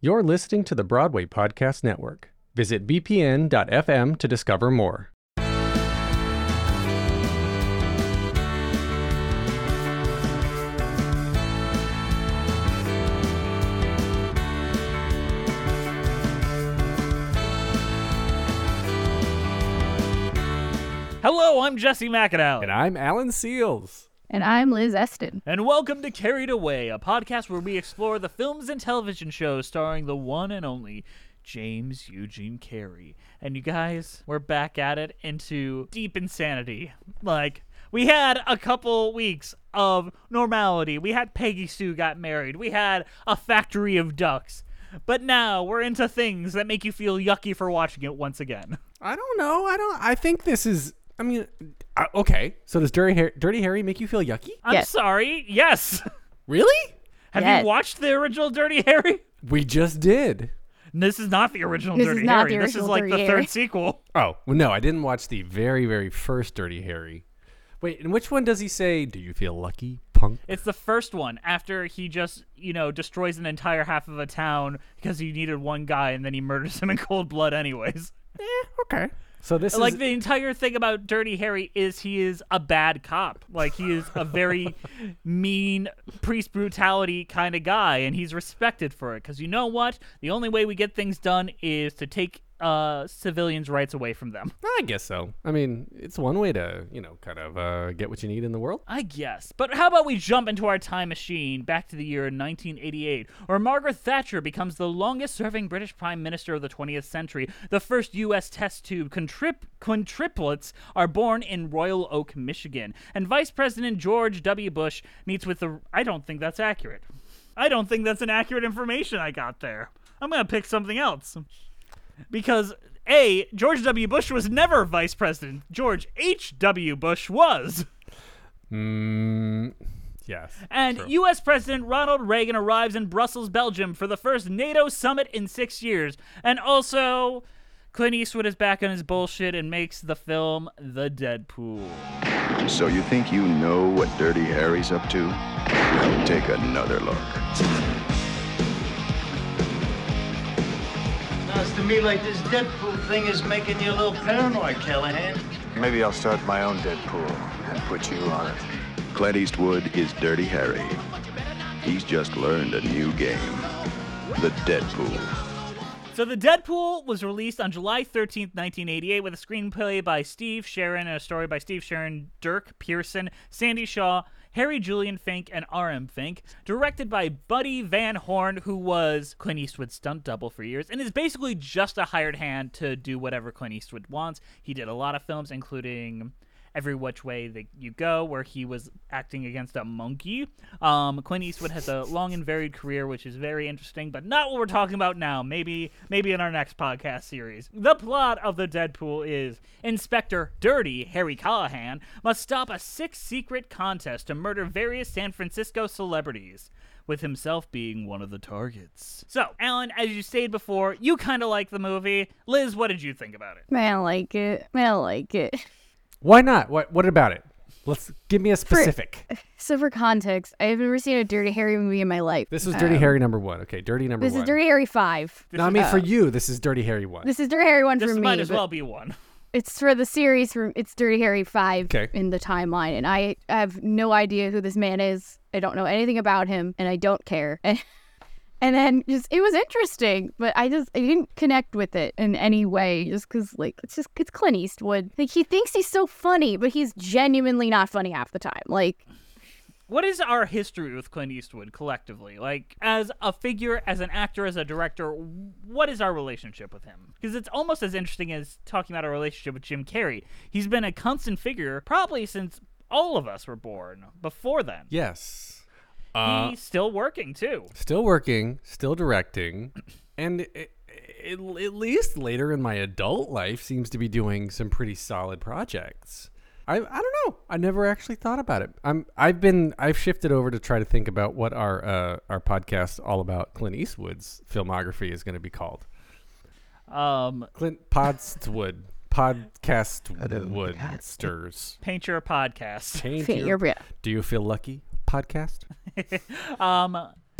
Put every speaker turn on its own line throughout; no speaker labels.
You're listening to the Broadway Podcast Network. Visit bpn.fm to discover more.
Hello, I'm Jesse McAnally.
And I'm Alan Seals.
And I'm Liz Eston.
And welcome to Carried Away, a podcast where we explore the films and television shows starring the one and only James Eugene Carey. And you guys, we're back at it into deep insanity. Like, we had a couple weeks of normality. We had Peggy Sue got married. We had a factory of ducks. But now we're into things that make you feel yucky for watching it once again.
I don't know. I don't. I think this is. I mean, uh, okay. So does Dirty Harry, Dirty Harry make you feel yucky?
I'm
Yes.
sorry. Yes.
Really?
Have
Yes.
you watched the original Dirty Harry?
We just did.
This is not the original
This is
Dirty
not the
Harry. this is
original
like
Dirty
the
Harry.
third sequel.
Oh well, no, I didn't watch the very, very first Dirty Harry. Wait, in which one does he say, "Do you feel lucky, punk"?
It's the first one after he just, you know, destroys an entire half of a town because he needed one guy and then he murders him in cold blood anyways.
Eh, Okay. So this
like
is
the entire thing about Dirty Harry is he is a bad cop. Like he is a very mean priest brutality kind of guy, and he's respected for it. Because you know what? The only way we get things done is to take uh, civilians' rights away from them.
I guess so. I mean, it's one way to you know kind of uh, get what you need in the world.
I guess. But how about we jump into our time machine back to the year 1988, where Margaret Thatcher becomes the longest serving British Prime Minister of the 20th century. The first U.S. test tube contrip- quintriplets are born in Royal Oak, Michigan. And Vice President George W. Bush meets with the. I don't think that's accurate. I don't think that's an accurate information I got there. I'm going to pick something else. Because. A. George W. Bush was never vice president. George H.W. Bush was.
Mm, yes.
And U.S. President Ronald Reagan arrives in Brussels, Belgium for the first NATO summit in six years. And also, Clint Eastwood is back on his bullshit and makes the film The Deadpool.
So you think you know what Dirty Harry's up to? Well, take another look.
Sounds to me like this Deadpool thing is making you a little paranoid, Callahan.
Maybe I'll start my own Deadpool and put you on it. Clint Eastwood is Dirty Harry. He's just learned a new game the Deadpool.
So The Deadpool was released on July 13th, 1988, with a screenplay by Steve Sharon and a story by Steve Sharon, Dirk Pearson, Sandy Shaw, Harry Julian Fink, and R.M. Fink, directed by Buddy Van Horn, who was Clint Eastwood's stunt double for years, and is basically just a hired hand to do whatever Clint Eastwood wants. He did a lot of films, including Every Which Way That You Go, where he was acting against a monkey. Um, Clint Eastwood has a long and varied career, which is very interesting, but not what we're talking about now. Maybe, maybe in our next podcast series. The plot of the Deadpool is Inspector Dirty Harry Callahan must stop a six secret contest to murder various San Francisco celebrities. With himself being one of the targets. So, Alan, as you stated before, you kind of like the movie. Liz, what did you think about it?
Man, I like it. Man, I like it.
Why not? What? What about it? Let's give me a specific.
So, for context, I have never seen a Dirty Harry movie in my life.
This is Dirty Harry number one. Okay, Dirty number
um, This
one.
is Dirty Harry 5.
No, I mean for you, this is Dirty Harry one.
This is Dirty Harry 1
This
for me.
might as
but
well be one.
It's for the series. From, it's Dirty Harry 5
Okay.
in the timeline. And I have no idea who this man is. I don't know anything about him, and I don't care. And, and then just it was interesting, but I just I didn't connect with it in any way, just because like it's just it's Clint Eastwood. Like he thinks he's so funny, but he's genuinely not funny half the time. Like
What is our history with Clint Eastwood collectively? Like, as a figure, as an actor, as a director, what is our relationship with him? Because it's almost as interesting as talking about our relationship with Jim Carrey. He's been a constant figure probably since all of us were born before then.
yes.
He's still working, too.
still working, still directing, and i i at least later in my adult life seems to be doing some pretty solid projects. I, I don't know. I never actually thought about it. I'm I've been I've shifted over to try to think about what our uh, our podcast all about Clint Eastwood's filmography is going to be called.
Um,
Clint Podstwood podcast woodsters.
paint your podcast.
Change
Fit your
your-
bra-
Do you feel lucky? Podcast.
Um,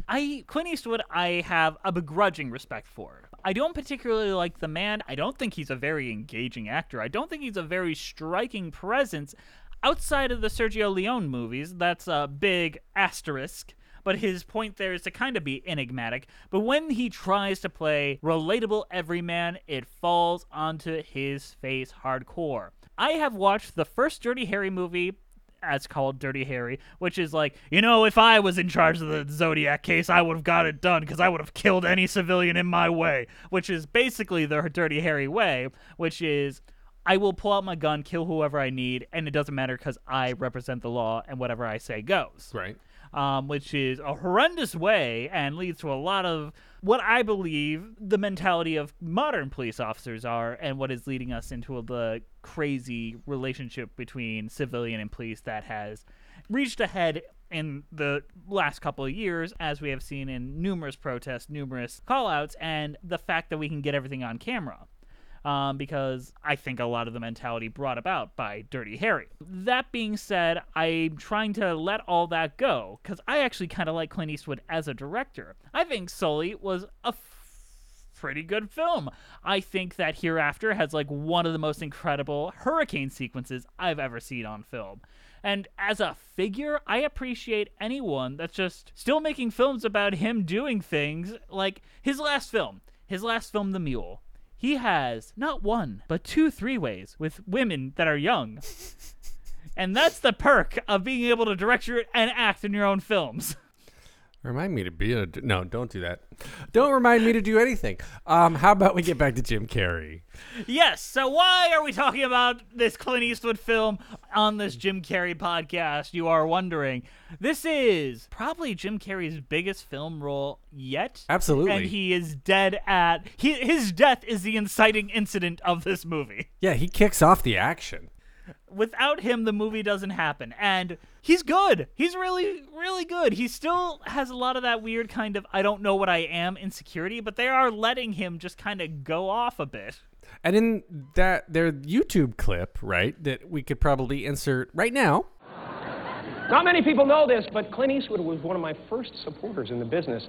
I Clint Eastwood I have a begrudging respect for. I don't particularly like the man. I don't think he's a very engaging actor. I don't think he's a very striking presence outside of the Sergio Leone movies. That's a big asterisk. But his point there is to kind of be enigmatic. But when he tries to play relatable everyman, it falls onto his face hardcore. I have watched the first Dirty Harry movie as called Dirty Harry, which is like, you know, if I was in charge of the Zodiac case, I would have got it done because I would have killed any civilian in my way, which is basically the Dirty Harry way, which is I will pull out my gun, kill whoever I need, and it doesn't matter because I represent the law and whatever I say goes
Right.
um, which is a horrendous way and leads to a lot of what I believe the mentality of modern police officers are, and what is leading us into the crazy relationship between civilian and police that has reached a head in the last couple of years, as we have seen in numerous protests, numerous callouts, and the fact that we can get everything on camera um, because I think a lot of the mentality brought about by Dirty Harry. That being said, I'm trying to let all that go because I actually kind of like Clint Eastwood as a director. I think Sully was a f- pretty good film. I think that Hereafter has like one of the most incredible hurricane sequences I've ever seen on film. And as a figure, I appreciate anyone that's just still making films about him doing things like his last film, his last film, The Mule he has not one but two three ways with women that are young and that's the perk of being able to direct your and act in your own films
Remind me to be a no. Don't do that. Don't remind me to do anything. Um, how about we get back to Jim Carrey?
yes so why are we talking about this clint eastwood film on this jim carrey podcast you are wondering this is probably jim carrey's biggest film role yet
Absolutely.
and he is dead at he, his death is the inciting incident of this movie
yeah, he kicks off the action.
without him the movie doesn't happen and he's good he's really really good he still has a lot of that weird kind of i don't know what i am insecurity but they are letting him just kind of go off a bit
And in that their YouTube clip, right, that we could probably insert right now.
Not many people know this, but Clint Eastwood was one of my first supporters in the business.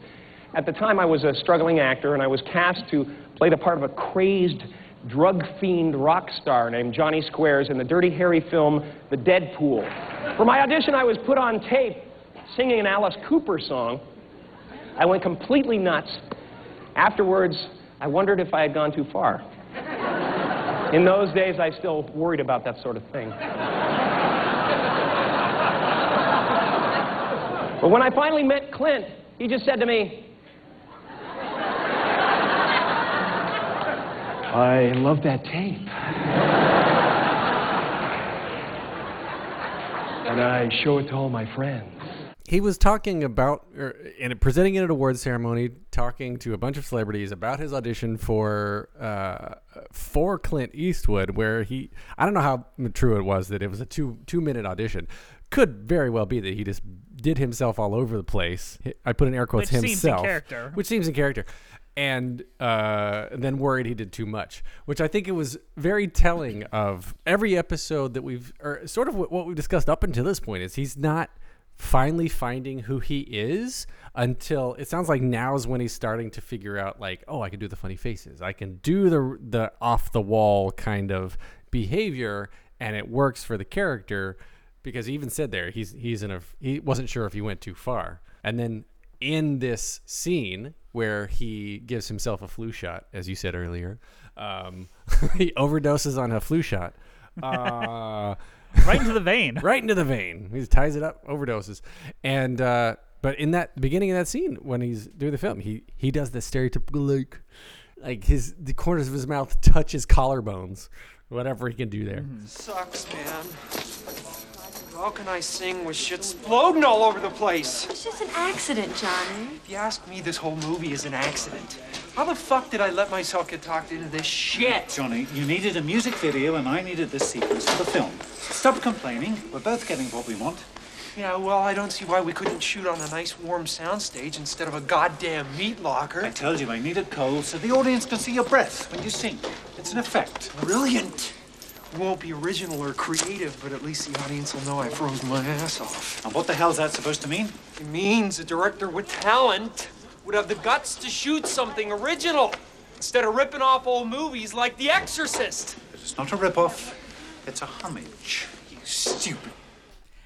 At the time, I was a struggling actor, and I was cast to play the part of a crazed drug fiend rock star named Johnny Squares in the Dirty Harry film The Deadpool. For my audition, I was put on tape singing an Alice Cooper song. I went completely nuts. Afterwards, I wondered if I had gone too far. In those days, I still worried about that sort of thing. But when I finally met Clint, he just said to me, I love that tape. and I show it to all my friends.
He was talking about er, and presenting at an award ceremony, talking to a bunch of celebrities about his audition for uh, for Clint Eastwood, where he I don't know how true it was that it was a two two minute audition. Could very well be that he just did himself all over the place. I put in air quotes
Which seems in
himself,
character.
which seems in character. And uh, then worried he did too much, which I think it was very telling of every episode that we've, or sort of what what we've discussed up until this point, is he's not finally finding who he is until it sounds like now's when he's starting to figure out, like, oh, I can do the funny faces, I can do the the off the wall kind of behavior, and it works for the character because he even said there he's he's in a he wasn't sure if he went too far. And then in this scene where he gives himself a flu shot, as you said earlier, um, he overdoses on a flu shot. Uh,
right into the vein
right into the vein. He just ties it up, overdoses, and uh, but in that beginning of that scene when he's doing the film, he he does the stereotypical like, like his the corners of his mouth touch his collarbones, whatever he can do there.
Sucks, man. How can I sing with shit exploding all over the place?
It's just an accident, Johnny.
If you ask me, this whole movie is an accident. How the fuck did I let myself get talked into this shit?
Johnny, you needed a music video and I needed this sequence for the film. Stop complaining. We're both getting what we want.
Yeah, well, I don't see why we couldn't shoot on a nice warm soundstage instead of a goddamn meat
I
locker.
told you I needed cold so the audience can see your breath when you sing. It's an effect.
Brilliant. won't be original or creative, but at least the audience will know I froze my ass off.
And what the hell is that supposed to mean?
It means a director with talent would have the guts to shoot something original instead of ripping off old movies like The Exorcist.
It's not a ripoff. It's a homage. You stupid.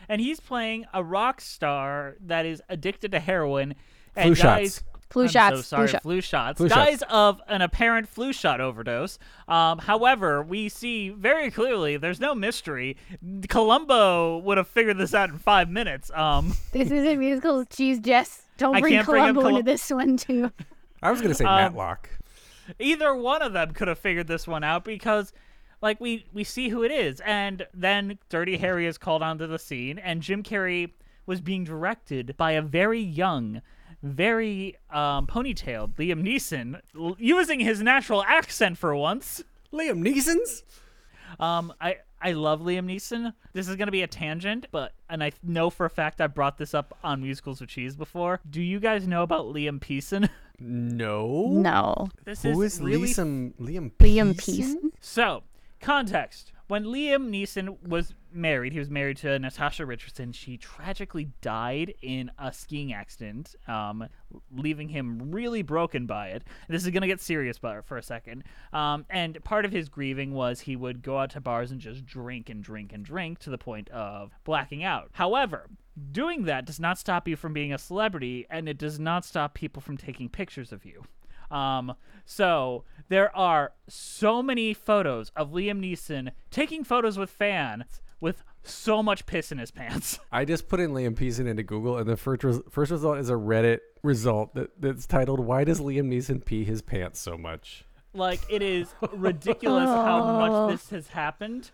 and he's playing a rock star that is addicted to heroin
Flu
and dies.
shots.
Flu
I'm So
shots, flu
sorry,
shot-
flu shots.
Flu shots.
dies of an apparent flu shot overdose. Um, however, we see very clearly there's no mystery. Columbo would have figured this out in five minutes. Um,
This is a musical. Jeez, Jess, don't
I
bring
can't bring up
Columbo into
Colum-
this one too.
I was gonna say Matlock.
either one of them could have figured this one out because like we we see who it is and then dirty harry is called onto the scene and jim carrey was being directed by a very young very um, ponytailed liam neeson l- using his natural accent for once
Liam Neeson's.
um i I love Liam Neeson. This is going to be a tangent, but and I know for a fact I brought this up on Musicals with Cheese before. Do you guys know about Liam Peason?
No.
No,
This
Who
is,
is
really
Liam? Liam.
Liam
Peeson?
Peason.
So, context. When Liam Neeson was married, he was married to Natasha Richardson. She tragically died in a skiing accident, um, leaving him really broken by it. This is going to get serious but for a second. Um, and part of his grieving was he would go out to bars and just drink and drink and drink to the point of blacking out. However, doing that does not stop you from being a celebrity, and it does not stop people from taking pictures of you. Um, so there are so many photos of Liam Neeson taking photos with fans with so much piss in his pants.
I just put in Liam Peeson into Google, and the first res- first result is a Reddit result that, that's titled "Why does Liam Neeson pee his pants so much?"
like it is ridiculous how much this has happened.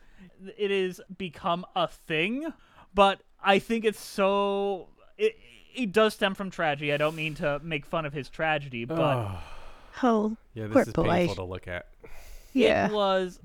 It has become a thing, but I think it's so it it does stem from tragedy. I don't mean to make fun of his tragedy, but
Oh,
Yeah, this
poor
is
boy.
painful to look at.
Yeah.
It was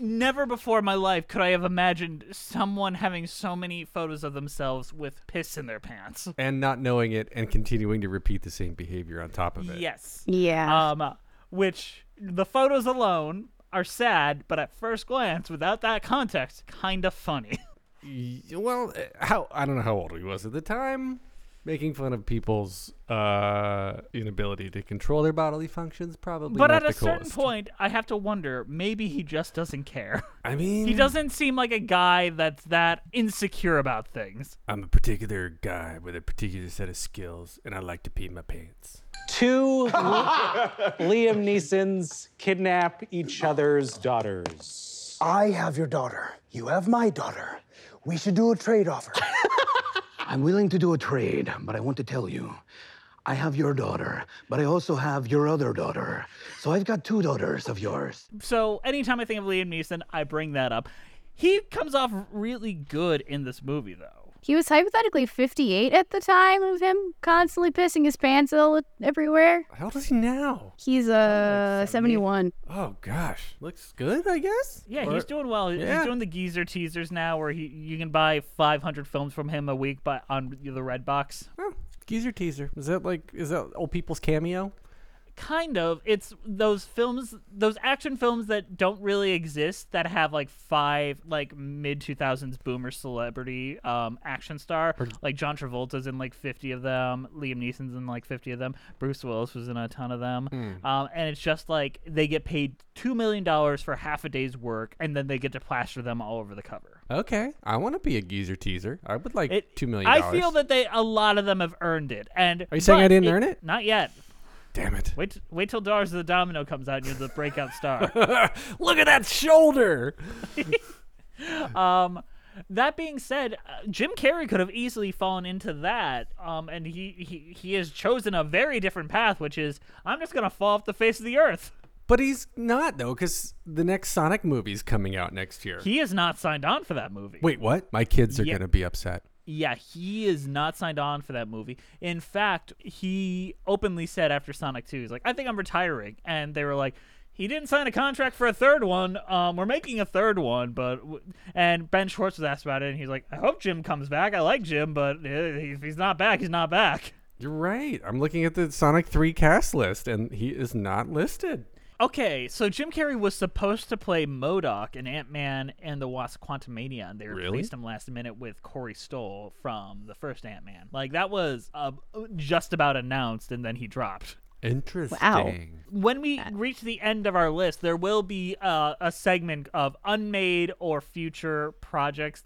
never before in my life could I have imagined someone having so many photos of themselves with piss in their pants.
and not knowing it and continuing to repeat the same behavior on top of it.
Yes.
Yeah.
Um, which the photos alone are sad, but at first glance, without that context, kind of funny.
Y- Well, eh, how I don't know how old he was at the time, making fun of people's uh, inability to control their bodily functions. Probably,
but
not
at a
the
certain
coolest.
point, I have to wonder maybe he just doesn't care.
I mean,
He doesn't seem like a guy that's that insecure about things.
I'm a particular guy with a particular set of skills, and I like to pee my pants.
Two Liam Neesons kidnap each other's daughters.
I have your daughter. You have my daughter. We should do a trade offer. I'm willing to do a trade, but I want to tell you I have your daughter, but I also have your other daughter. So I've got two daughters of yours.
So anytime I think of Liam Neeson, I bring that up. He comes off really good in this movie, though.
he was hypothetically 58 at the time of him constantly pissing his pants all everywhere.
How old is he now?
He's uh 71.
Oh gosh, looks good, I guess.
Yeah,
Or-
he's doing well.
yeah.
He's doing the geezer teasers now, where he, you can buy 500 films from him a week, but on the red box.
Oh, geezer teaser. Is that like is that old people's cameo?
Kind of. It's those films, those action films that don't really exist that have like five like mid 2000s boomer celebrity um, action star. Like John Travolta's in like 50 of them. Liam Neeson's in like 50 of them. Bruce Willis was in a ton of them.
Hmm.
Um, and it's just like they get paid $2 million for half a day's work and then they get to plaster them all over the cover.
Okay, I want to be a geezer teaser. I would like
It,
two million.
I feel that they a lot of them have earned it. And
Are you saying I
but
didn't earn it?
Not yet.
Damn it!
Wait, wait till Dars of the Domino comes out and you're the breakout star.
Look at that shoulder.
That being said, uh, Jim Carrey could have easily fallen into that, um, and he, he he has chosen a very different path, which is I'm just gonna fall off the face of the earth.
But he's not though, because the next Sonic movie's coming out next year.
He is not signed on for that movie.
Wait, what? My kids are
Yeah.
gonna be upset.
Yeah, he is not signed on for that movie. In fact, he openly said after Sonic 2, he's like, I think I'm retiring. And they were like, he didn't sign a contract for a third one. Um, we're making a third one, but w-. and Ben Schwartz was asked about it, and he's like, I hope Jim comes back. I like Jim, but uh, if he's not back, he's not back.
You're right. I'm looking at the Sonic Three cast list, and he is not listed.
Okay, so Jim Carrey was supposed to play Modoc in Ant Man and the Wasp Quantumania, and they
Really?
replaced him last minute with Corey Stoll from the first Ant Man. Like, that was uh, just about announced, and then he dropped.
Interesting.
When we reach the end of our list, there will be uh, a segment of unmade or future projects,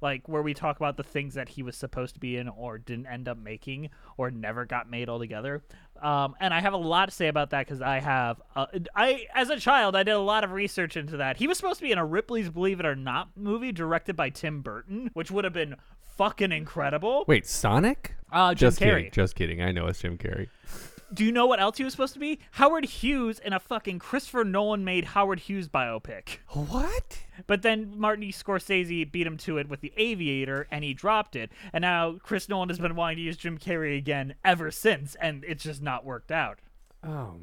like where we talk about the things that he was supposed to be in or didn't end up making or never got made altogether. Um, and I have a lot to say about that because I have, uh, I as a child, I did a lot of research into that. He was supposed to be in a Ripley's Believe It or Not movie directed by Tim Burton, which would have been fucking incredible.
Wait, Sonic?
Uh, Jim
just
Carrey.
kidding. Just kidding. I know it's Jim Carrey.
Do you know what else he was supposed to be? Howard Hughes in a fucking Christopher Nolan made Howard Hughes biopic.
What?
But then Martin E. Scorsese beat him to it with The Aviator and he dropped it. And now Chris Nolan has been wanting to use Jim Carrey again ever since and it's just not worked out.
Oh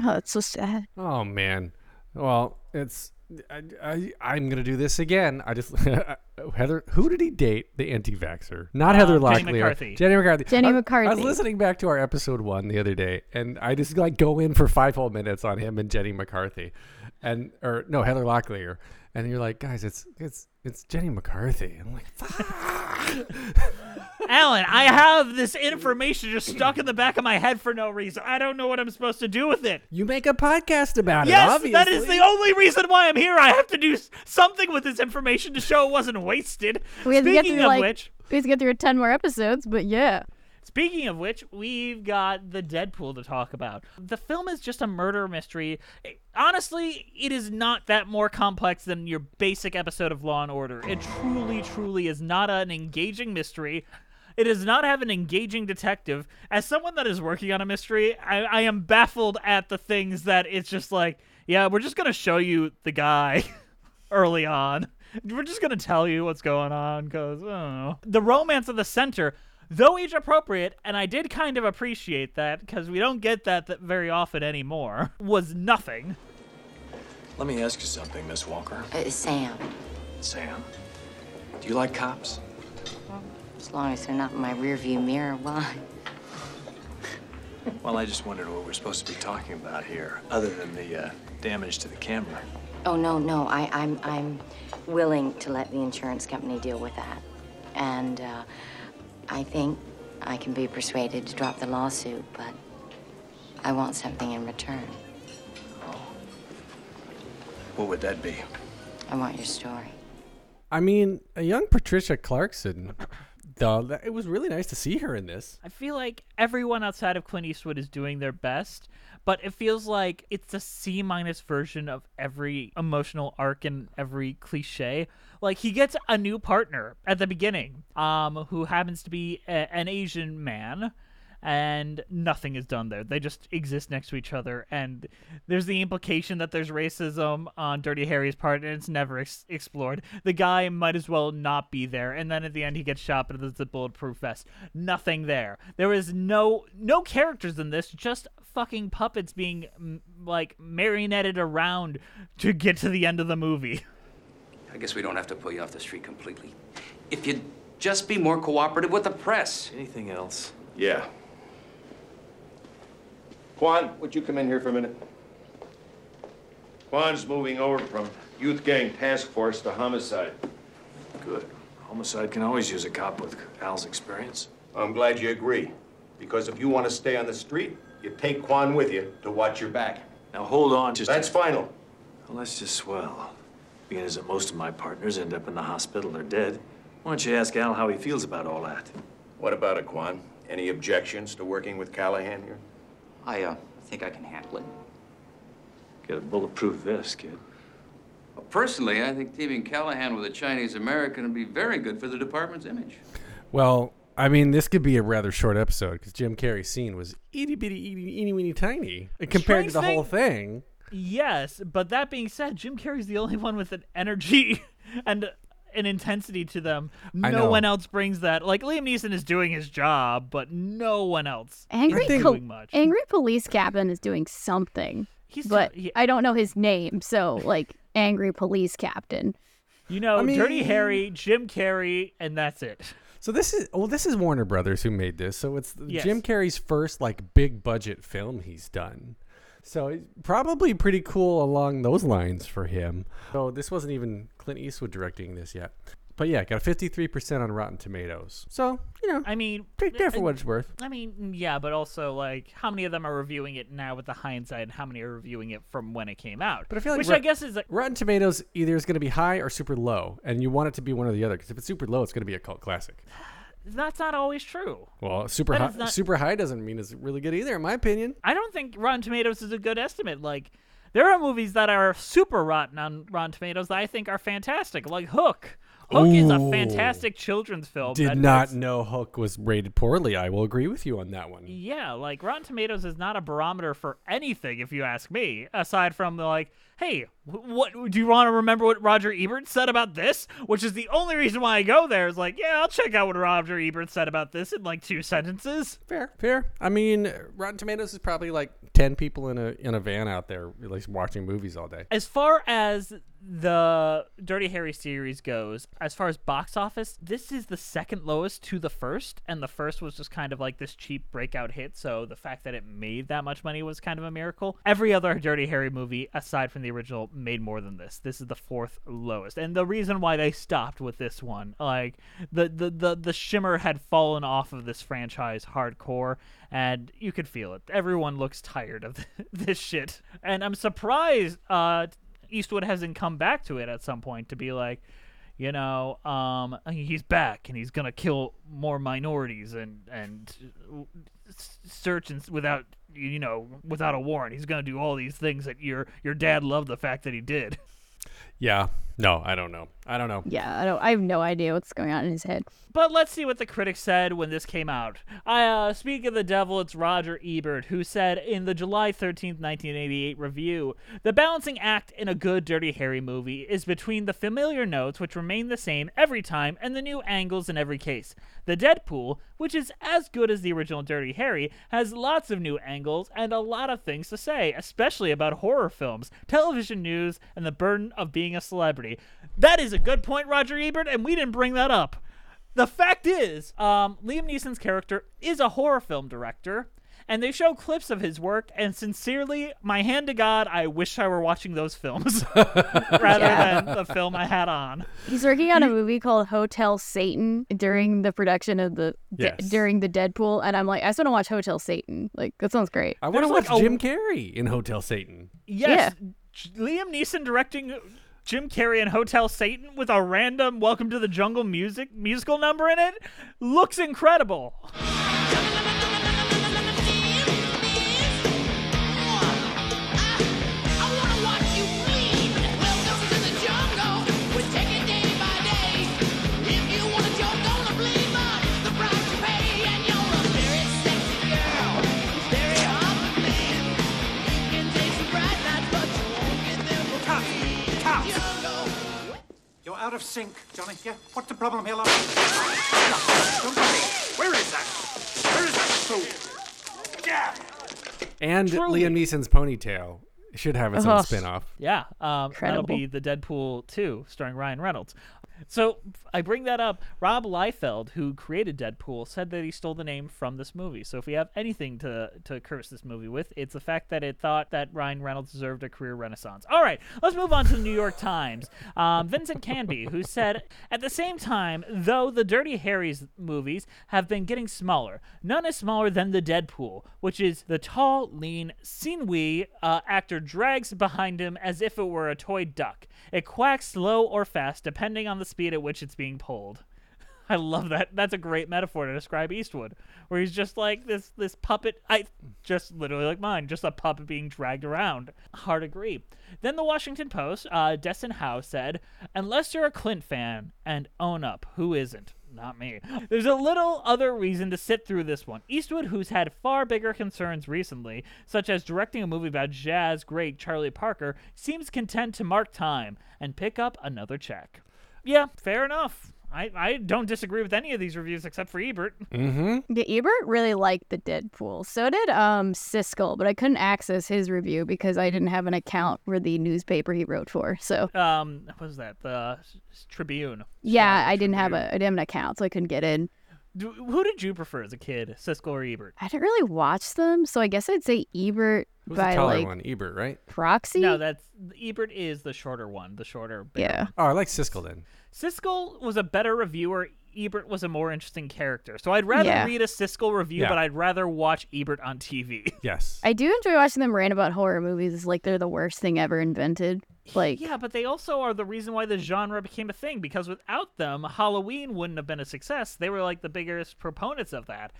Oh, that's so sad.
Oh man. Well, it's I, I I'm gonna do this again. I just Heather, who did he date? The anti-vaxer, not
Uh,
Heather
Jenny
Locklear.
McCarthy.
Jenny McCarthy.
Jenny
I- I was
McCarthy.
listening back to our episode one the other day, and I just like go in for five whole minutes on him and Jenny McCarthy, and or no Heather Locklear, and you're like, guys, it's it's it's Jenny McCarthy. I'm like,
Alan, I have this information just stuck in the back of my head for no reason. I don't know what I'm supposed to do with it.
You make a podcast about it,
yes, that is
obviously.
the only reason why I'm here. I have to do s- something with this information to show it wasn't wasted.
We have to get
Speaking
through
of
like
which,
we have to get through ten more episodes, but yeah.
Speaking of which, we've got the Deadpool to talk about. The film is just a murder mystery. Honestly, it is not that more complex than your basic episode of Law and Order. It truly, truly is not an engaging mystery. It does not have an engaging detective. As someone that is working on a mystery, I, I am baffled at the things that it's just like, yeah, we're just going to show you the guy early on. We're just going to tell you what's going on because, I don't know. The romance of the center, though age appropriate, and I did kind of appreciate that because we don't get that th- very often anymore, was nothing.
Let me ask you something, Miss Walker.
Uh, Sam,
Sam, do you like cops?
as long as they're not in my rearview mirror, why?
Well, I just wondered what we're supposed to be talking about here, other than the uh, damage to the camera.
Oh no, no, I, I'm I'm willing to let the insurance company deal with that, and uh, I think I can be persuaded to drop the lawsuit, but I want something in return.
What would that be?
I want your story.
I mean, a young Patricia Clarkson. Duh, that- it was really nice to see her in this.
I feel like everyone outside of Clint Eastwood is doing their best, but it feels like it's a C minus version of every emotional arc and every cliche. Like he gets a new partner at the beginning, um, who happens to be a- an Asian man. And nothing is done there. They just exist next to each other, and there's the implication that there's racism on Dirty Harry's part, and it's never ex- explored. The guy might as well not be there, and then at the end he gets shot, but it's a bulletproof vest. Nothing there. There is no no characters in this, just fucking puppets being m- like marionetted around to get to the end of the movie.
I guess we don't have to pull you off the street completely. If you'd just be more cooperative with the press. Anything else?
Yeah. Quan, would you come in here for a minute? Quan's moving over from Youth Gang Task Force to Homicide.
Good. Homicide can always use a cop with Al's experience.
I'm glad you agree, because if you want to stay on the street, you take Quan with you to watch your back.
Now hold on, just.
That's final.
Well, that's just swell. Being as that most of my partners end up in the hospital or dead, why don't you ask Al how he feels about all that?
What about it, Quan? Any objections to working with Callahan here?
I uh, think I can handle it.
Get a bulletproof vest, kid.
Well, personally, I think teaming Callahan with a Chinese American would be very good for the department's image.
Well, I mean, this could be a rather short episode because Jim Carrey's scene was itty bitty, itty, itty weeny tiny compared to the
Strange
whole thing.
Yes, but that being said, Jim Carrey's the only one with an energy and an intensity to them.
I
No
know.
one else brings that. Like Liam Neeson is doing his job, but no one else
Angry,
is
col-
doing much.
angry police captain is doing something,
He's
but
do- yeah.
I don't know his name. So like angry police captain.
You know,
I
Dirty
mean-
Harry, Jim Carrey, and that's it.
So this is well, this is Warner Brothers who made this. So it's
Yes.
Jim Carrey's first like big budget film he's done. So it's probably pretty cool along those lines for him. So this wasn't even Clint Eastwood directing this yet. But yeah, got a 53% on Rotten Tomatoes. So you know,
I mean,
take that for what it's worth.
I mean, mm, yeah, but also like, how many of them are reviewing it now with the hindsight, and how many are reviewing it from when it came out? But
I feel like
which
Rot-
I guess is like,
Rotten Tomatoes either is going to be high or super low, and you want it to be one or the other because if it's super low, it's going to be a cult classic.
that's not always true.
Well, super
That
high,
is not-
super high doesn't mean it's really good either, in my opinion.
I don't think Rotten Tomatoes is a good estimate. Like, there are movies that are super rotten on Rotten Tomatoes that I think are fantastic, like Hook. Hook is a
Ooh.
fantastic children's film.
Did
that
not know Hook was rated poorly. I will agree with you on that one.
Yeah, like Rotten Tomatoes is not a barometer for anything, if you ask me. Aside from the like, hey, wh- what do you want to remember what Roger Ebert said about this? Which is the only reason why I go there is like, yeah, I'll check out what Roger Ebert said about this in like two sentences.
Fair, fair. I mean, Rotten Tomatoes is probably like ten people in a in a van out there, at least watching movies all day.
As far as the Dirty Harry series goes, as far as box office, this is the second lowest to the first, and the first was just kind of like this cheap breakout hit, so the fact that it made that much money was kind of a miracle. Every other Dirty Harry movie, aside from the original, made more than this. This is the fourth lowest. And the reason why they stopped with this one, like the the the, the shimmer had fallen off of this franchise hardcore, and you could feel it. Everyone looks tired of this shit. And I'm surprised uh Eastwood hasn't come back to it at some point to be like, you know, um, he's back and he's gonna kill more minorities and and uh, s- search and s- without you know without a warrant. He's gonna do all these things that your your dad loved the fact that he did.
Yeah. No, I don't know. I don't know.
Yeah, I don't. I have no idea what's going on in his head.
But let's see what the critics said when this came out. I uh, speak of the devil. It's Roger Ebert who said in the July 13th, 1988 review, "The balancing act in a good Dirty Harry movie is between the familiar notes which remain the same every time and the new angles in every case. The Deadpool, which is as good as the original Dirty Harry, has lots of new angles and a lot of things to say, especially about horror films, television news, and the burden of being a celebrity." That is a good point, Roger Ebert, and we didn't bring that up. The fact is, um, Liam Neeson's character is a horror film director, and they show clips of his work. And sincerely, my hand to God, I wish I were watching those films rather
Yeah.
than the film I had on.
He's working on a movie called Hotel Satan during the production of the d-
Yes.
during the Deadpool, and I'm like, I just want to watch Hotel Satan. Like that sounds great.
I want to watch
like
a-
Jim Carrey in Hotel Satan.
Yes, J- Liam Neeson directing Jim Carrey in Hotel Satan with a random Welcome to the Jungle music musical number in it looks incredible.
You're out of sync, Johnny. Yeah, what's the problem here, love? Don't worry. Where is that? Where is that fool? Yeah.
And
Truly.
Liam Neeson's ponytail should have its
Oh,
own
s-
spin-off.
Yeah, um, that'll
Incredible.
be the Deadpool 2 starring Ryan Reynolds. So I bring that up. Rob Liefeld, who created Deadpool, said that he stole the name from this movie. So if we have anything to to curse this movie with, it's the fact that it thought that Ryan Reynolds deserved a career renaissance. All right, let's move on to the New York Times. Um, Vincent Canby, who said, at the same time, though the Dirty Harry's movies have been getting smaller, none is smaller than the Deadpool, which is the tall, lean, sinewy uh, actor drags behind him as if it were a toy duck. It quacks slow or fast, depending on the speed at which it's being pulled. I love that. That's a great metaphor to describe Eastwood, where he's just like this this puppet. I just literally like mine, just a puppet being dragged around. Hard agree. Then the Washington Post, uh, Destin Howe said, "Unless you're a Clint fan, and own up, who isn't?" Not me. There's a little other reason to sit through this one. Eastwood, who's had far bigger concerns recently, such as directing a movie about jazz great Charlie Parker, seems content to mark time and pick up another check. Yeah, fair enough. I, I don't disagree with any of these reviews except for Ebert.
Mm-hmm.
Yeah, Ebert really liked the Deadpool. So did um Siskel, but I couldn't access his review because I didn't have an account for the newspaper he wrote for. So
Um, what was that? The s- s- Tribune.
yeah, I didn't have a I didn't have an account, so I couldn't get in.
Do, who did you prefer as a kid, Siskel or Ebert?
I didn't really watch them, so I guess I'd say Ebert
Who's the
by
taller
like
one? Ebert, right?
proxy.
No, that's Ebert is the shorter one, the shorter. bigger
Yeah.
one.
Oh, I like Siskel then.
Siskel was a better reviewer. Ebert was a more interesting character. So I'd rather
Yeah.
read a Siskel review,
Yeah.
but I'd rather watch Ebert on TV.
Yes.
I do enjoy watching them rant about horror movies. It's like they're the worst thing ever invented. Like,
Yeah, but they also are the reason why the genre became a thing because without them, Halloween wouldn't have been a success. They were like the biggest proponents of that.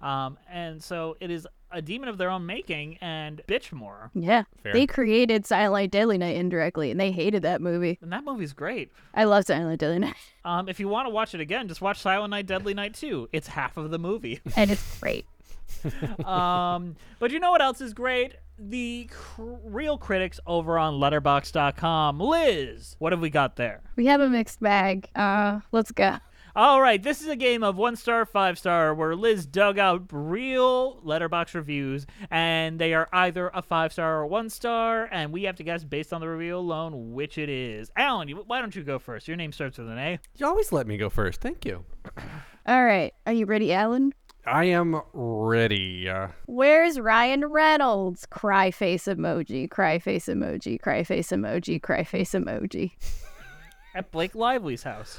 Um, and so it is a demon of their own making and bitch more.
yeah,
Fair.
they created Silent Night, Deadly Night indirectly, and they hated that movie.
And that movie's great.
I love Silent Night, Deadly Night,
Um, if you want to watch it again, just watch Silent Night, Deadly Night 2. It's half of the movie.
and it's great.
um, but you know what else is great? The cr- real critics over on letterbox.com. Liz, what have we got there?
We have a mixed bag. Uh, let's go.
All right, this is a game of one star, five star, where Liz dug out real letterbox reviews, and they are either a five star or one star, and we have to guess based on the review alone which it is. Alan, you, why don't you go first? Your name starts with an A.
You always let me go first. Thank you.
All right, are you ready, Alan?
I am ready. Uh,
Where's Ryan Reynolds? Cry face emoji, cry face emoji, cry face emoji, cry face emoji.
At Blake Lively's house.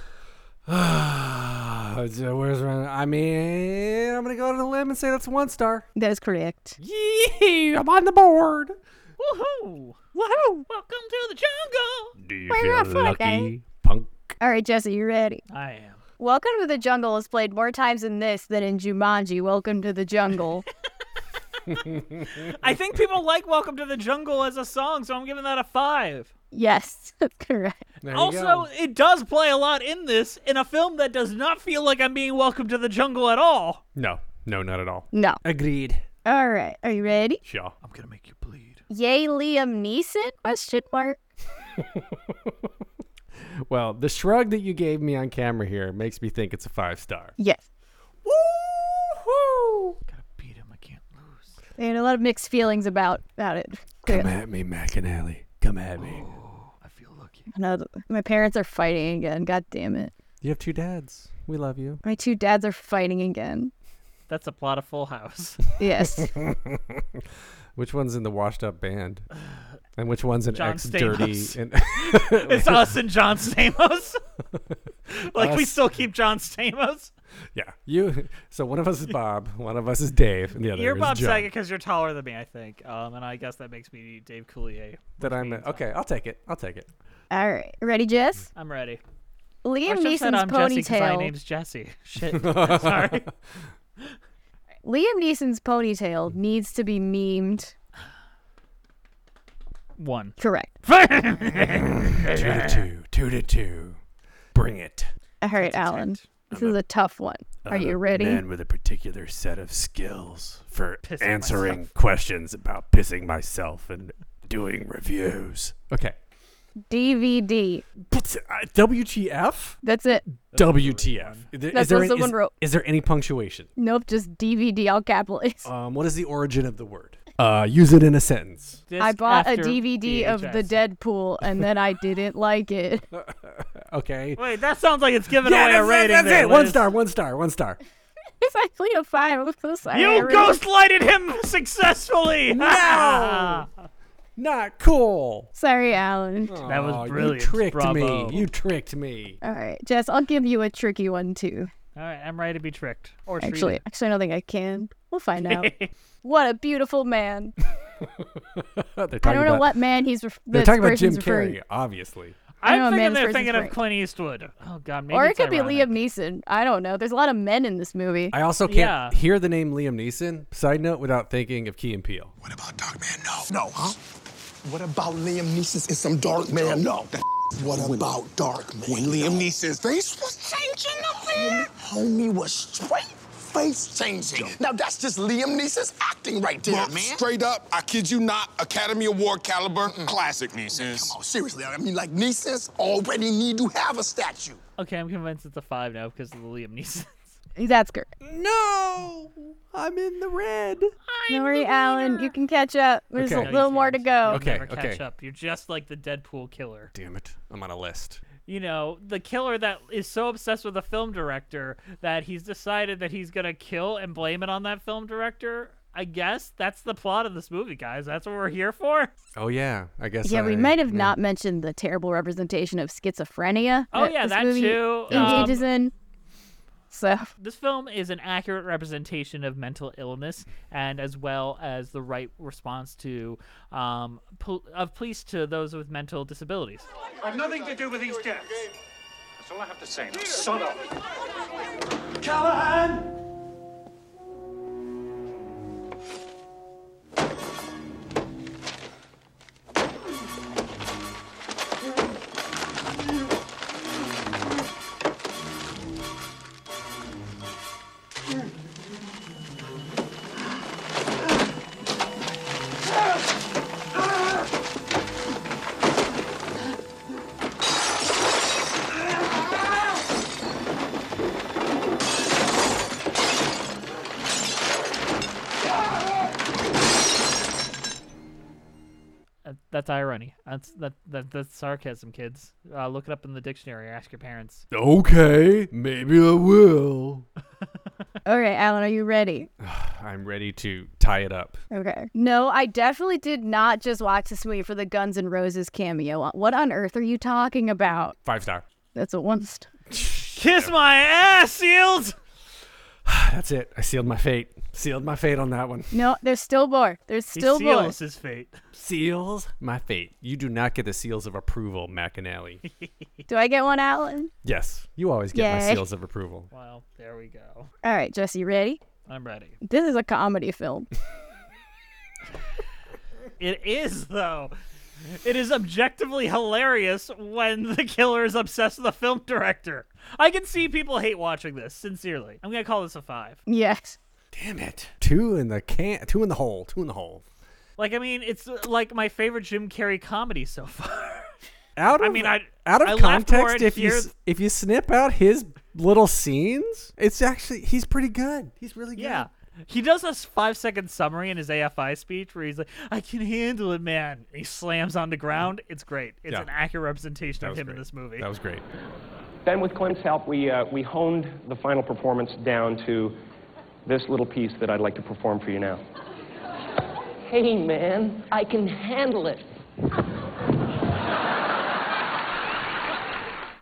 uh, so where's Ren- I mean, I'm gonna go to the limb and say that's one star.
That is correct.
Yee! I'm on the board.
Woohoo!
Woohoo!
Welcome to the jungle!
Do you
We're feel off for a lucky, day.
punk?
All right, Jesse, you ready?
I am.
Welcome to the Jungle is played more times in this than in Jumanji. Welcome to the Jungle.
I think people like Welcome to the Jungle as a song, so I'm giving that a five.
yes, that's correct.
also, it does play a lot in this, in a film that does not feel like I'm being welcome to the jungle at all.
No, no, not at all.
No.
Agreed.
All right, are you ready?
Sure.
I'm gonna make you.
Yay, Liam Neeson? Question mark.
Well, the shrug that you gave me on camera here makes me think it's a five star.
Yes.
Woohoo!
They had a lot of mixed feelings about about it.
Come at me, McAnally. Come at me.
No, th- my parents are fighting again. God damn it.
You have two dads. We love you.
My two dads are fighting again.
That's a plot of Full House.
Yes.
Which one's in the washed up band? And which one's an
John
ex dirty?
Stamos.
And...
it's us and John Stamos. like we
Us.
still keep John Stamos.
Yeah. You. So one of us is Bob, one of us is Dave, and the other
You're
is
Bob
John.
Saget because you're taller than me, I think. Um, and I guess that makes me Dave Coulier.
That I'm a- okay. I'll take it. I'll take it.
All right, ready, Jess?
I'm ready.
Liam
I should've said
Neeson's
I'm Jesse 'cause my
ponytail.
name's Jesse. Shit. Sorry.
Liam Neeson's ponytail needs to be memed.
One.
Correct.
two to two. Two to two. Bring it.
All right, Alan. This is a tough one. Are
I'm
you
a
ready?
Man with a particular set of skills for
Pissing
answering
myself.
questions about pissing myself and doing reviews. Okay.
DVD.
But, uh, WTF?
That's it.
WTF. Is there-
That's
is there
what
any-
someone
is-
wrote.
Is there any punctuation?
Nope, just DVD, all capitalized.
Um, what is the origin of the word? Uh, use it in a sentence.
I bought a
after
DVD of the
VHS.
Deadpool and then I didn't like it.
Okay.
Wait, that sounds like it's giving away
that's
a
it,
rating.
that's
there,
it. One
Liz.
star, one star, one star.
It's actually a five. I'm so sorry. I
You
really-
ghostlighted him successfully.
No! Not cool.
Sorry, Alan.
That was
Aw,
brilliant.
You tricked
Bravo.
me. You tricked me.
All right, Jess, I'll give you a tricky one too.
All right, I'm ready to be tricked or
Actually, actually, I don't think I can. We'll find out. what a beautiful man.
They're
I
talking
don't know
about-
what man he's. Ref-
They're
this
talking about Jim
person's
Carrey,
referring-
obviously.
I
I'm
know a
thinking
man's
they're
versus
thinking of
brain.
Clint Eastwood. Oh God, maybe
or it
it's
could be
ironic.
Liam Neeson. I don't know. There's a lot of men in this movie.
I also can't
Yeah.
hear the name Liam Neeson. Side note, without thinking of Key and Peele.
No, huh? What about Liam Neeson's is some dark man? No. What about dark man? When Liam Neeson's face was changing up there? Homie was straight face changing. Now that's just Liam Neeson's acting right there,
Well,
man.
Straight up, I kid you not, Academy Award caliber, classic Neeson's.
Oh, seriously, I mean, like Neeson's already need to have a statue.
Okay, I'm convinced it's a five now because of the Liam Neeson.
That's good.
No, I'm in the red.
Don't worry, Alan. You can catch up. There's
Okay.
a little more to go.
You'll
Okay,
never catch
okay.
up. You're just like the Deadpool killer.
Damn it. I'm on a list.
you know, the killer that is so obsessed with the film director that he's decided that he's gonna kill and blame it on that film director. I guess that's the plot of this movie, guys. That's what we're here for.
Oh yeah, I guess.
yeah, we
I-
might have
yeah.
not mentioned the terrible representation of schizophrenia.
Oh, yeah,
this
that
movie
too.
Engages
Um,
in. So
This film is an accurate representation of mental illness and as well as the right response to um, pol- of police to those with mental disabilities.
I've nothing to do with these deaths. That's all I have to say. Now, son of
Callahan!
Uh, that's irony. That's that, that that's sarcasm, kids. Uh, look it up in the dictionary. or Ask your parents.
Okay, maybe I will.
okay, Alan, are you ready?
I'm ready to tie it up.
Okay. No, I definitely did not just watch this movie for the Guns N' Roses cameo. What on earth are you talking about?
Five star.
That's a one star.
Kiss my ass, seals.
That's it. I sealed my fate. Sealed my fate on that one.
No, there's still more. There's
He
still more.
seals his fate.
Seals my fate. You do not get the seals of approval, McAnally.
Do I get one, Alan?
yes, you always get my
Yay.
seals of approval.
Well, there we go.
All right, Jesse, you ready?
I'm ready.
This is a comedy film.
It is though. It is objectively hilarious when the killer is obsessed with the film director. I can see people hate watching this. Sincerely, I'm gonna call this a five.
yes.
Damn it. Two in the can. Two in the hole. Two in the hole.
Like, I mean, it's uh, like my favorite Jim Carrey comedy so far.
Out of
I mean, I
out of
I laughed more
context,
in
if you
here-
s- if you snip out his little scenes, it's actually he's pretty good. He's really good.
Yeah. He does this five second summary in his AFI speech where he's like, I can handle it, man. He slams on the ground. It's great. It's
Yeah.
an accurate representation of
That was
him in
great.
this movie.
That was great.
Then, with Clint's help, we, uh, we honed the final performance down to this little piece that I'd like to perform for you now.
Hey, man, I can handle it.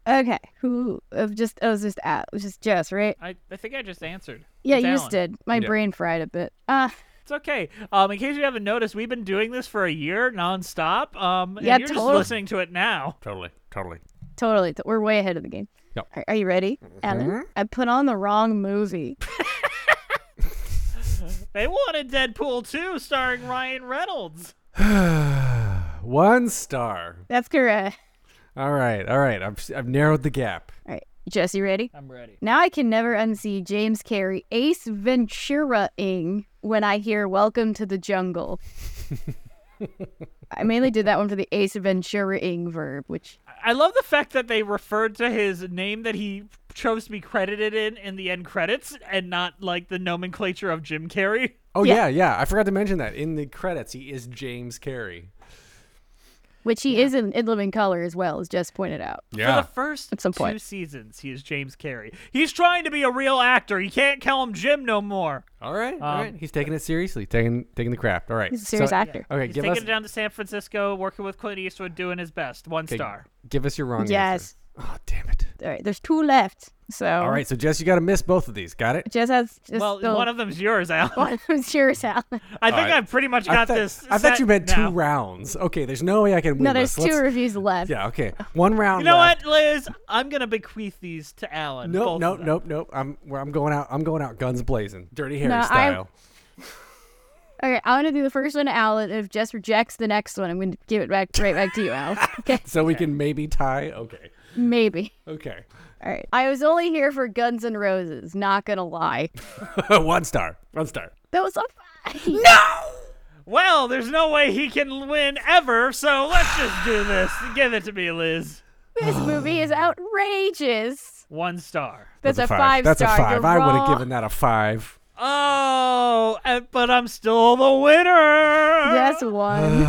Okay. Who of just oh, it was just at it was just Jess, right?
I, I think I just answered.
yeah,
It's
you just
Alan.
did. My brain fried a bit. Uh
It's okay. Um, in case you haven't noticed, we've been doing this for a year nonstop. Um, and
Yeah,
you're
totally.
just listening to it now.
Totally. Totally.
totally. We're way ahead of the game.
Yep.
Are, are you ready, Alan?
Mhm.
I put on the wrong movie.
They wanted Deadpool 2 starring Ryan Reynolds.
One star.
That's correct.
All right. All right. I've s- I've narrowed the gap.
All right, Jesse, ready?
I'm ready.
Now I can never unsee James Carey Ace Ventura-ing when I hear "Welcome to the Jungle." I mainly did that one for the Ace Ventura-ing verb, which
I love the fact that they referred to his name that he chose to be credited in in the end credits and not like the nomenclature of Jim Carrey.
Oh yeah. yeah, I forgot to mention that in the credits he is James Carey.
which he is in, in Living Color as well, as Jess pointed out.
Yeah.
For the first
At some
two
point.
seasons, he is James Carrey. He's trying to be a real actor. You can't call him Jim no more.
All right.
Um,
all right. He's taking it seriously. Taking taking the craft. All right.
He's a serious actor.
Okay.
He's
give
taking
us
it down to San Francisco, working with Clint Eastwood, doing his best. One
okay,
star.
Give us your wrong answer.
yes.
Oh damn it!
All right, there's two left. So
All right. So Jess, you got to miss both of these. Got it?
Jess has just
well,
the-
one of them's yours, Alan.
one of them's yours, Alan.
I think
All right.
I've pretty much got
I thought,
this.
I thought
set
you meant
now.
two rounds. Okay. There's no way I can win.
No, there's
this.
2
Let's-
reviews left.
Yeah. Okay. One round.
You know
left.
what, Liz? I'm gonna bequeath these to Alan.
Nope,
both
nope, nope, nope. I'm where I'm going out. I'm going out guns blazing, Dirty Harry
No, I-
style.
Okay, I'm gonna do the first one to Alan. If Jess rejects the next one, I'm gonna give it back right back to you, Alan. Okay,
So we can maybe tie. Okay,
maybe.
okay.
All right. I was only here for Guns N' Roses. Not gonna lie,
one star, one star.
that was a five.
Well, there's no way he can win ever, so let's just do this. Give it to me, Liz.
This movie is outrageous.
One star.
That's a five,
That's
star.
a five.
You're
I would have
wrong.
given that a five.
Oh, eh, but I'm still the winner.
Yes, one.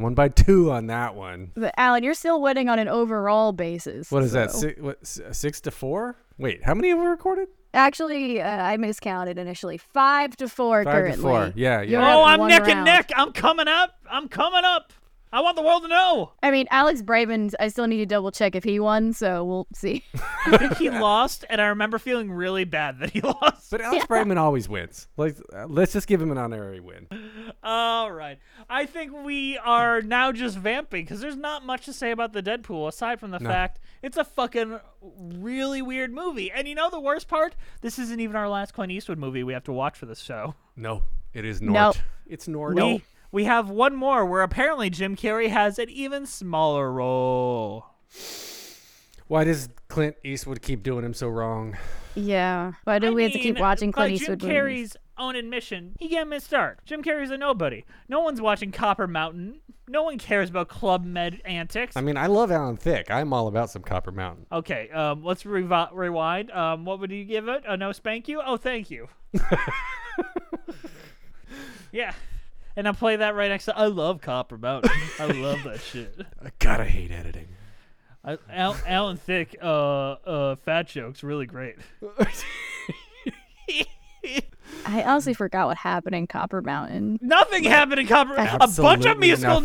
One by two on that one.
But Alan, you're still winning on an overall basis.
What is that?
so-
Six, what, s- six to four? Wait, how many have we recorded?
Actually, uh, I miscounted initially. Five to four
Five
currently.
to four. Yeah, yeah.
You're
Oh,
at
I'm
one
neck and
round.
neck. I'm coming up. I'm coming up. I want the world to know.
I mean, Alex Braven. I still need to double check if he won, so we'll see.
I think he lost, and I remember feeling really bad that he lost.
But Alex Brightman always wins. Like, uh, let's just give him an honorary win.
All right. I think we are now just vamping because there's not much to say about the Deadpool aside from the
No.
fact it's a fucking really weird movie. And you know the worst part? This isn't even our last Clint Eastwood movie we have to watch for this show.
No, it is
No.
Nort. It's Nort.
We, we have one more where apparently Jim Carrey has an even smaller role.
Why does Clint Eastwood keep doing him so wrong?
Yeah. Why do we have to keep
mean,
watching Clint
by
Eastwood
Jim
movies?
Carrey's own admission, he can't miss start. Jim Carrey's a nobody. No one's watching Copper Mountain. No one cares about Club Med antics.
I mean, I love Alan Thicke. I'm all about some Copper Mountain.
Okay, um, let's revi- rewind. Um, what would you give it? A no spank you? Oh, thank you. yeah. And I'll play that right next to I love Copper Mountain. I love that shit.
God, I hate editing.
I, Al- Alan Thick, uh, uh, fat joke's really great.
I honestly forgot what happened in Copper Mountain.
Nothing happened in Copper. a bunch of
Absolutely
musical
nothing.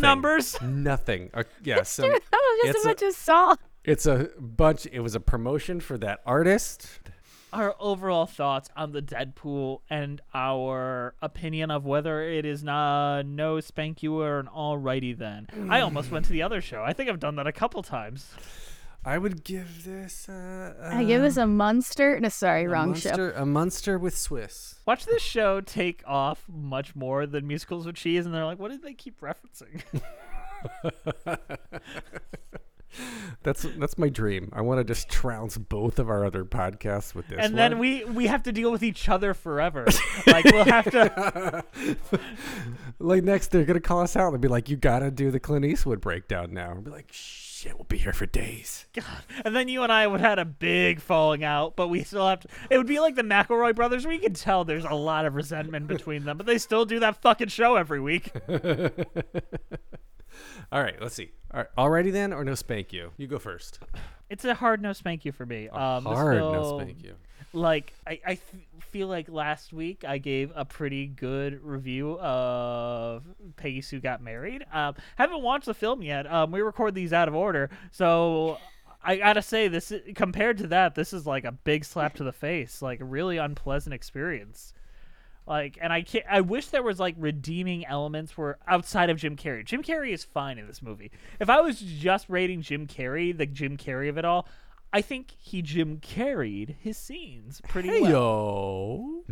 numbers.
Nothing. Uh, yeah, so
Dude, that was just
it's
a bunch of salt.
It's a bunch. It was a promotion for that artist.
Our overall thoughts on the Deadpool and our opinion of whether it is not no spank you or an alrighty then. I almost went to the other show. I think I've done that a couple times.
I would give this. Uh,
I give this a monster. No, sorry, wrong show.
monster, a monster with Swiss.
Watch this show take off much more than musicals with cheese, and they're like, what did they keep referencing?
That's that's my dream. I want to just trounce both of our other podcasts with this.
and then
one.
we we have to deal with each other forever. like we'll have to.
like next they're gonna call us out and be like, "You gotta do the Clint Eastwood breakdown now." And be like, "Shit, we'll be here for days."
And then you and I would had a big falling out, but we still have to. It would be like the McElroy brothers, where you can tell there's a lot of resentment between them, but they still do that fucking show every week.
All right, let's see. All right, alrighty then, or no spank you. You go first.
It's a hard no spank you for me. Um, this
hard no
film,
spank you.
Like I, I f- feel like last week I gave a pretty good review of Peggy Sue Got Married. Um, haven't watched the film yet. Um, we record these out of order, so I gotta say this i- compared to that, this is like a big slap to the face. Like a really unpleasant experience. Like, and I can't, I wish there was like redeeming elements where outside of Jim Carrey. Jim Carrey is fine in this movie. If I was just rating Jim Carrey, the Jim Carrey of it all, I think he Jim Carreyed his scenes pretty
Hey
well.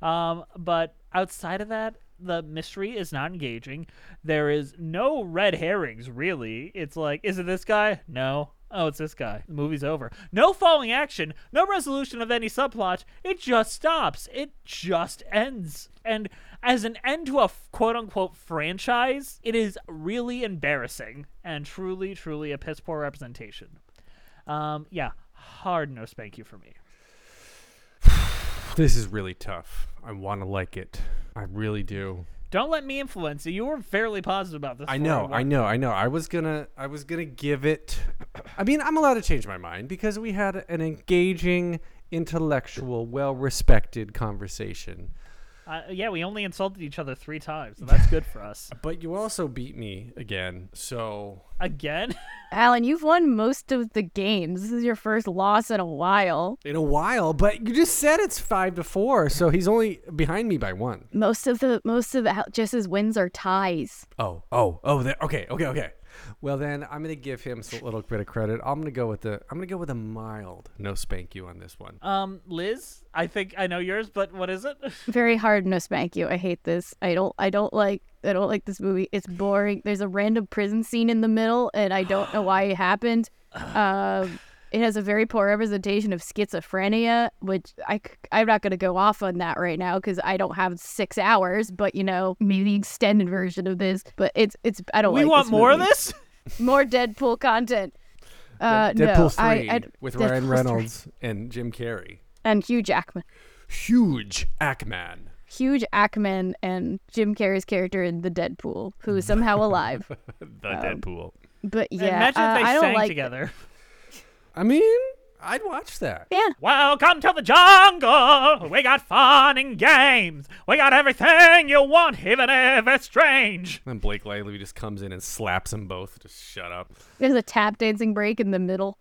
yo.
Um, but outside of that, the mystery is not engaging. There is no red herrings, really. It's like, is it this guy? No. Oh, it's this guy. The movie's over. No falling action, no resolution of any subplot. It just stops. It just ends. And as an end to a f- quote unquote franchise, it is really embarrassing and truly, truly a piss poor representation. Um, yeah, hard no spank you for me.
This is really tough. I want to like it. I really do.
Don't let me influence you. You were fairly positive about this.
I
before
know, I
watched-
know, I know. I was gonna, I was gonna give it. I mean, I'm allowed to change my mind because we had an engaging, intellectual, well-respected conversation.
Uh, yeah, we only insulted each other three times, so that's good for us.
But you also beat me again, so
Again?
Alan, you've won most of the games. This is your first loss in a while.
in a while. But you just said it's five to four, so he's only behind me by one.
Most of the most of the Jess's wins are ties.
Oh, oh, oh. There. Okay, okay, okay. Well, then I'm gonna give him a little bit of credit. I'm gonna go with the, I'm gonna go with a mild no spank you on this one.
Uh,
Um, Liz, I think I know yours, but what is it?
Very hard no spank you. I hate this. I don't I don't like I don't like this movie. It's boring. There's a random prison scene in the middle and I don't know why it happened. Um it has a very poor representation of schizophrenia, which I, c- I'm not going to go off on that right now because I don't have six hours, but you know, maybe the extended version of this. But it's, it's, I don't
Mm. We
like
want
this
more of
movie.
this?
More Deadpool content. Uh,
Deadpool
no,
three
I, I,
with
Deadpool
Ryan
3.
Reynolds and Jim Carrey.
and Hugh Jackman.
Huge Ackman.
huge Ackman and Jim Carrey's character in the Deadpool, who is somehow alive.
The
Um,
Deadpool.
But yeah,
Imagine if
uh,
they
I don't
sang
like
together.
I mean, I'd watch that.
Yeah.
Welcome to the jungle. We got fun and games. We got everything you want, even if it's strange.
And Blake Lively just comes in and slaps them both. Just shut up.
There's a tap dancing break in the middle.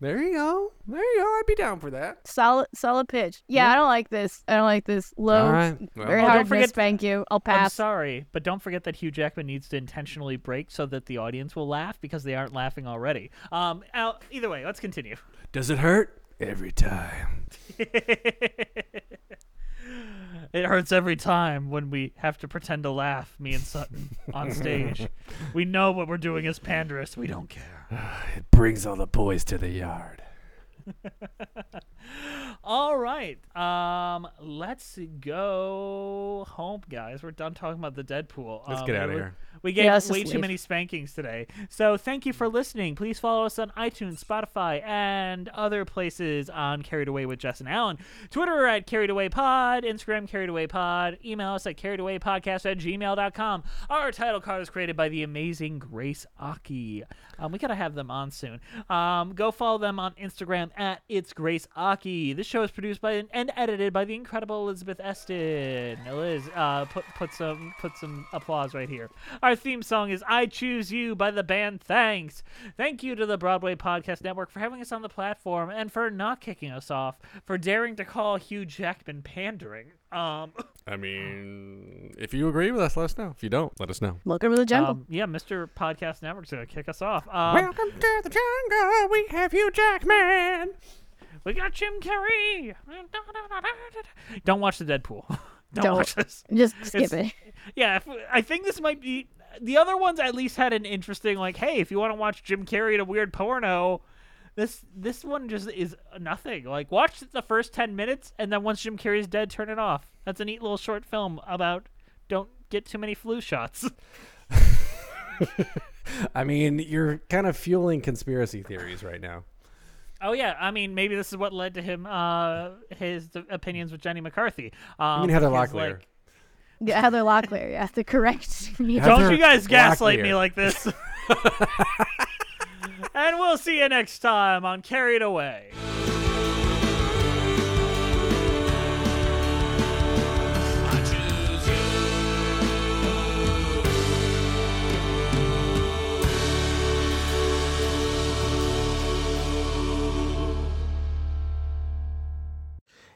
There you go. There you go. I'd be down for that.
Solid, solid pitch. Yeah, I don't like this. I don't like this. Low,
All right. Well-
very
Oh, don't
hard
forget-
miss. Thank you. I'll
I'm
pass.
sorry, but don't forget that Hugh Jackman needs to intentionally break so that the audience will laugh because they aren't laughing already. Um, Al, either way, let's continue.
Does it hurt? Every time.
It hurts every time when we have to pretend to laugh, me and Sutton, on stage. We know what we're doing is panderous. We don't care.
It brings all the boys to the yard.
All right. Um, let's go home, guys. We're done talking about the Deadpool.
Let's
Um,
get outta
we-
here.
We
Yeah,
gave
let's just
way too
leave.
many spankings today. So thank you for listening. Please follow us on iTunes, Spotify, and other places on Carried Away with Jess and Allen. Twitter at Carried Away Pod, Instagram Carried Away Pod, email us at carriedawaypodcast at gmail.com. Our title card is created by the amazing Grace Aki. Um, we got to have them on soon. Um, go follow them on Instagram at It's Grace Aki. This show is produced by and edited by the incredible Elizabeth Eston. Liz, uh, put, put, some, put some applause right here. Our theme song is I Choose You by the band Thanks. Thank you to the Broadway Podcast Network for having us on the platform and for not kicking us off, for daring to call Hugh Jackman pandering. Um,
I mean, if you agree with us, let us know. If you don't, let us know.
Welcome to the jungle.
um, yeah, Mr. Podcast Network's going to kick us off. Um,
Welcome to the jungle. We have Hugh Jackman.
We got Jim Carrey. Don't watch the Deadpool. Don't,
Don't.
watch this.
Just skip
It's-
it.
Yeah, if, I think this might be the other ones. At least had an interesting like, hey, if you want to watch Jim Carrey in a weird porno, this this one just is nothing. Like, watch the first ten minutes, and then once Jim Carrey's dead, turn it off. That's a neat little short film about don't get too many flu shots.
I mean, you're kind of fueling conspiracy theories right now.
Oh yeah, I mean maybe this is what led to him uh his d- opinions with Jenny McCarthy. Um,
mean Heather
because,
Locklear.
like,
Yeah, Heather Locklear. Yeah, the correct.
Don't you guys gaslight me
Locklear.
like this. and we'll see you next time on Carried Away.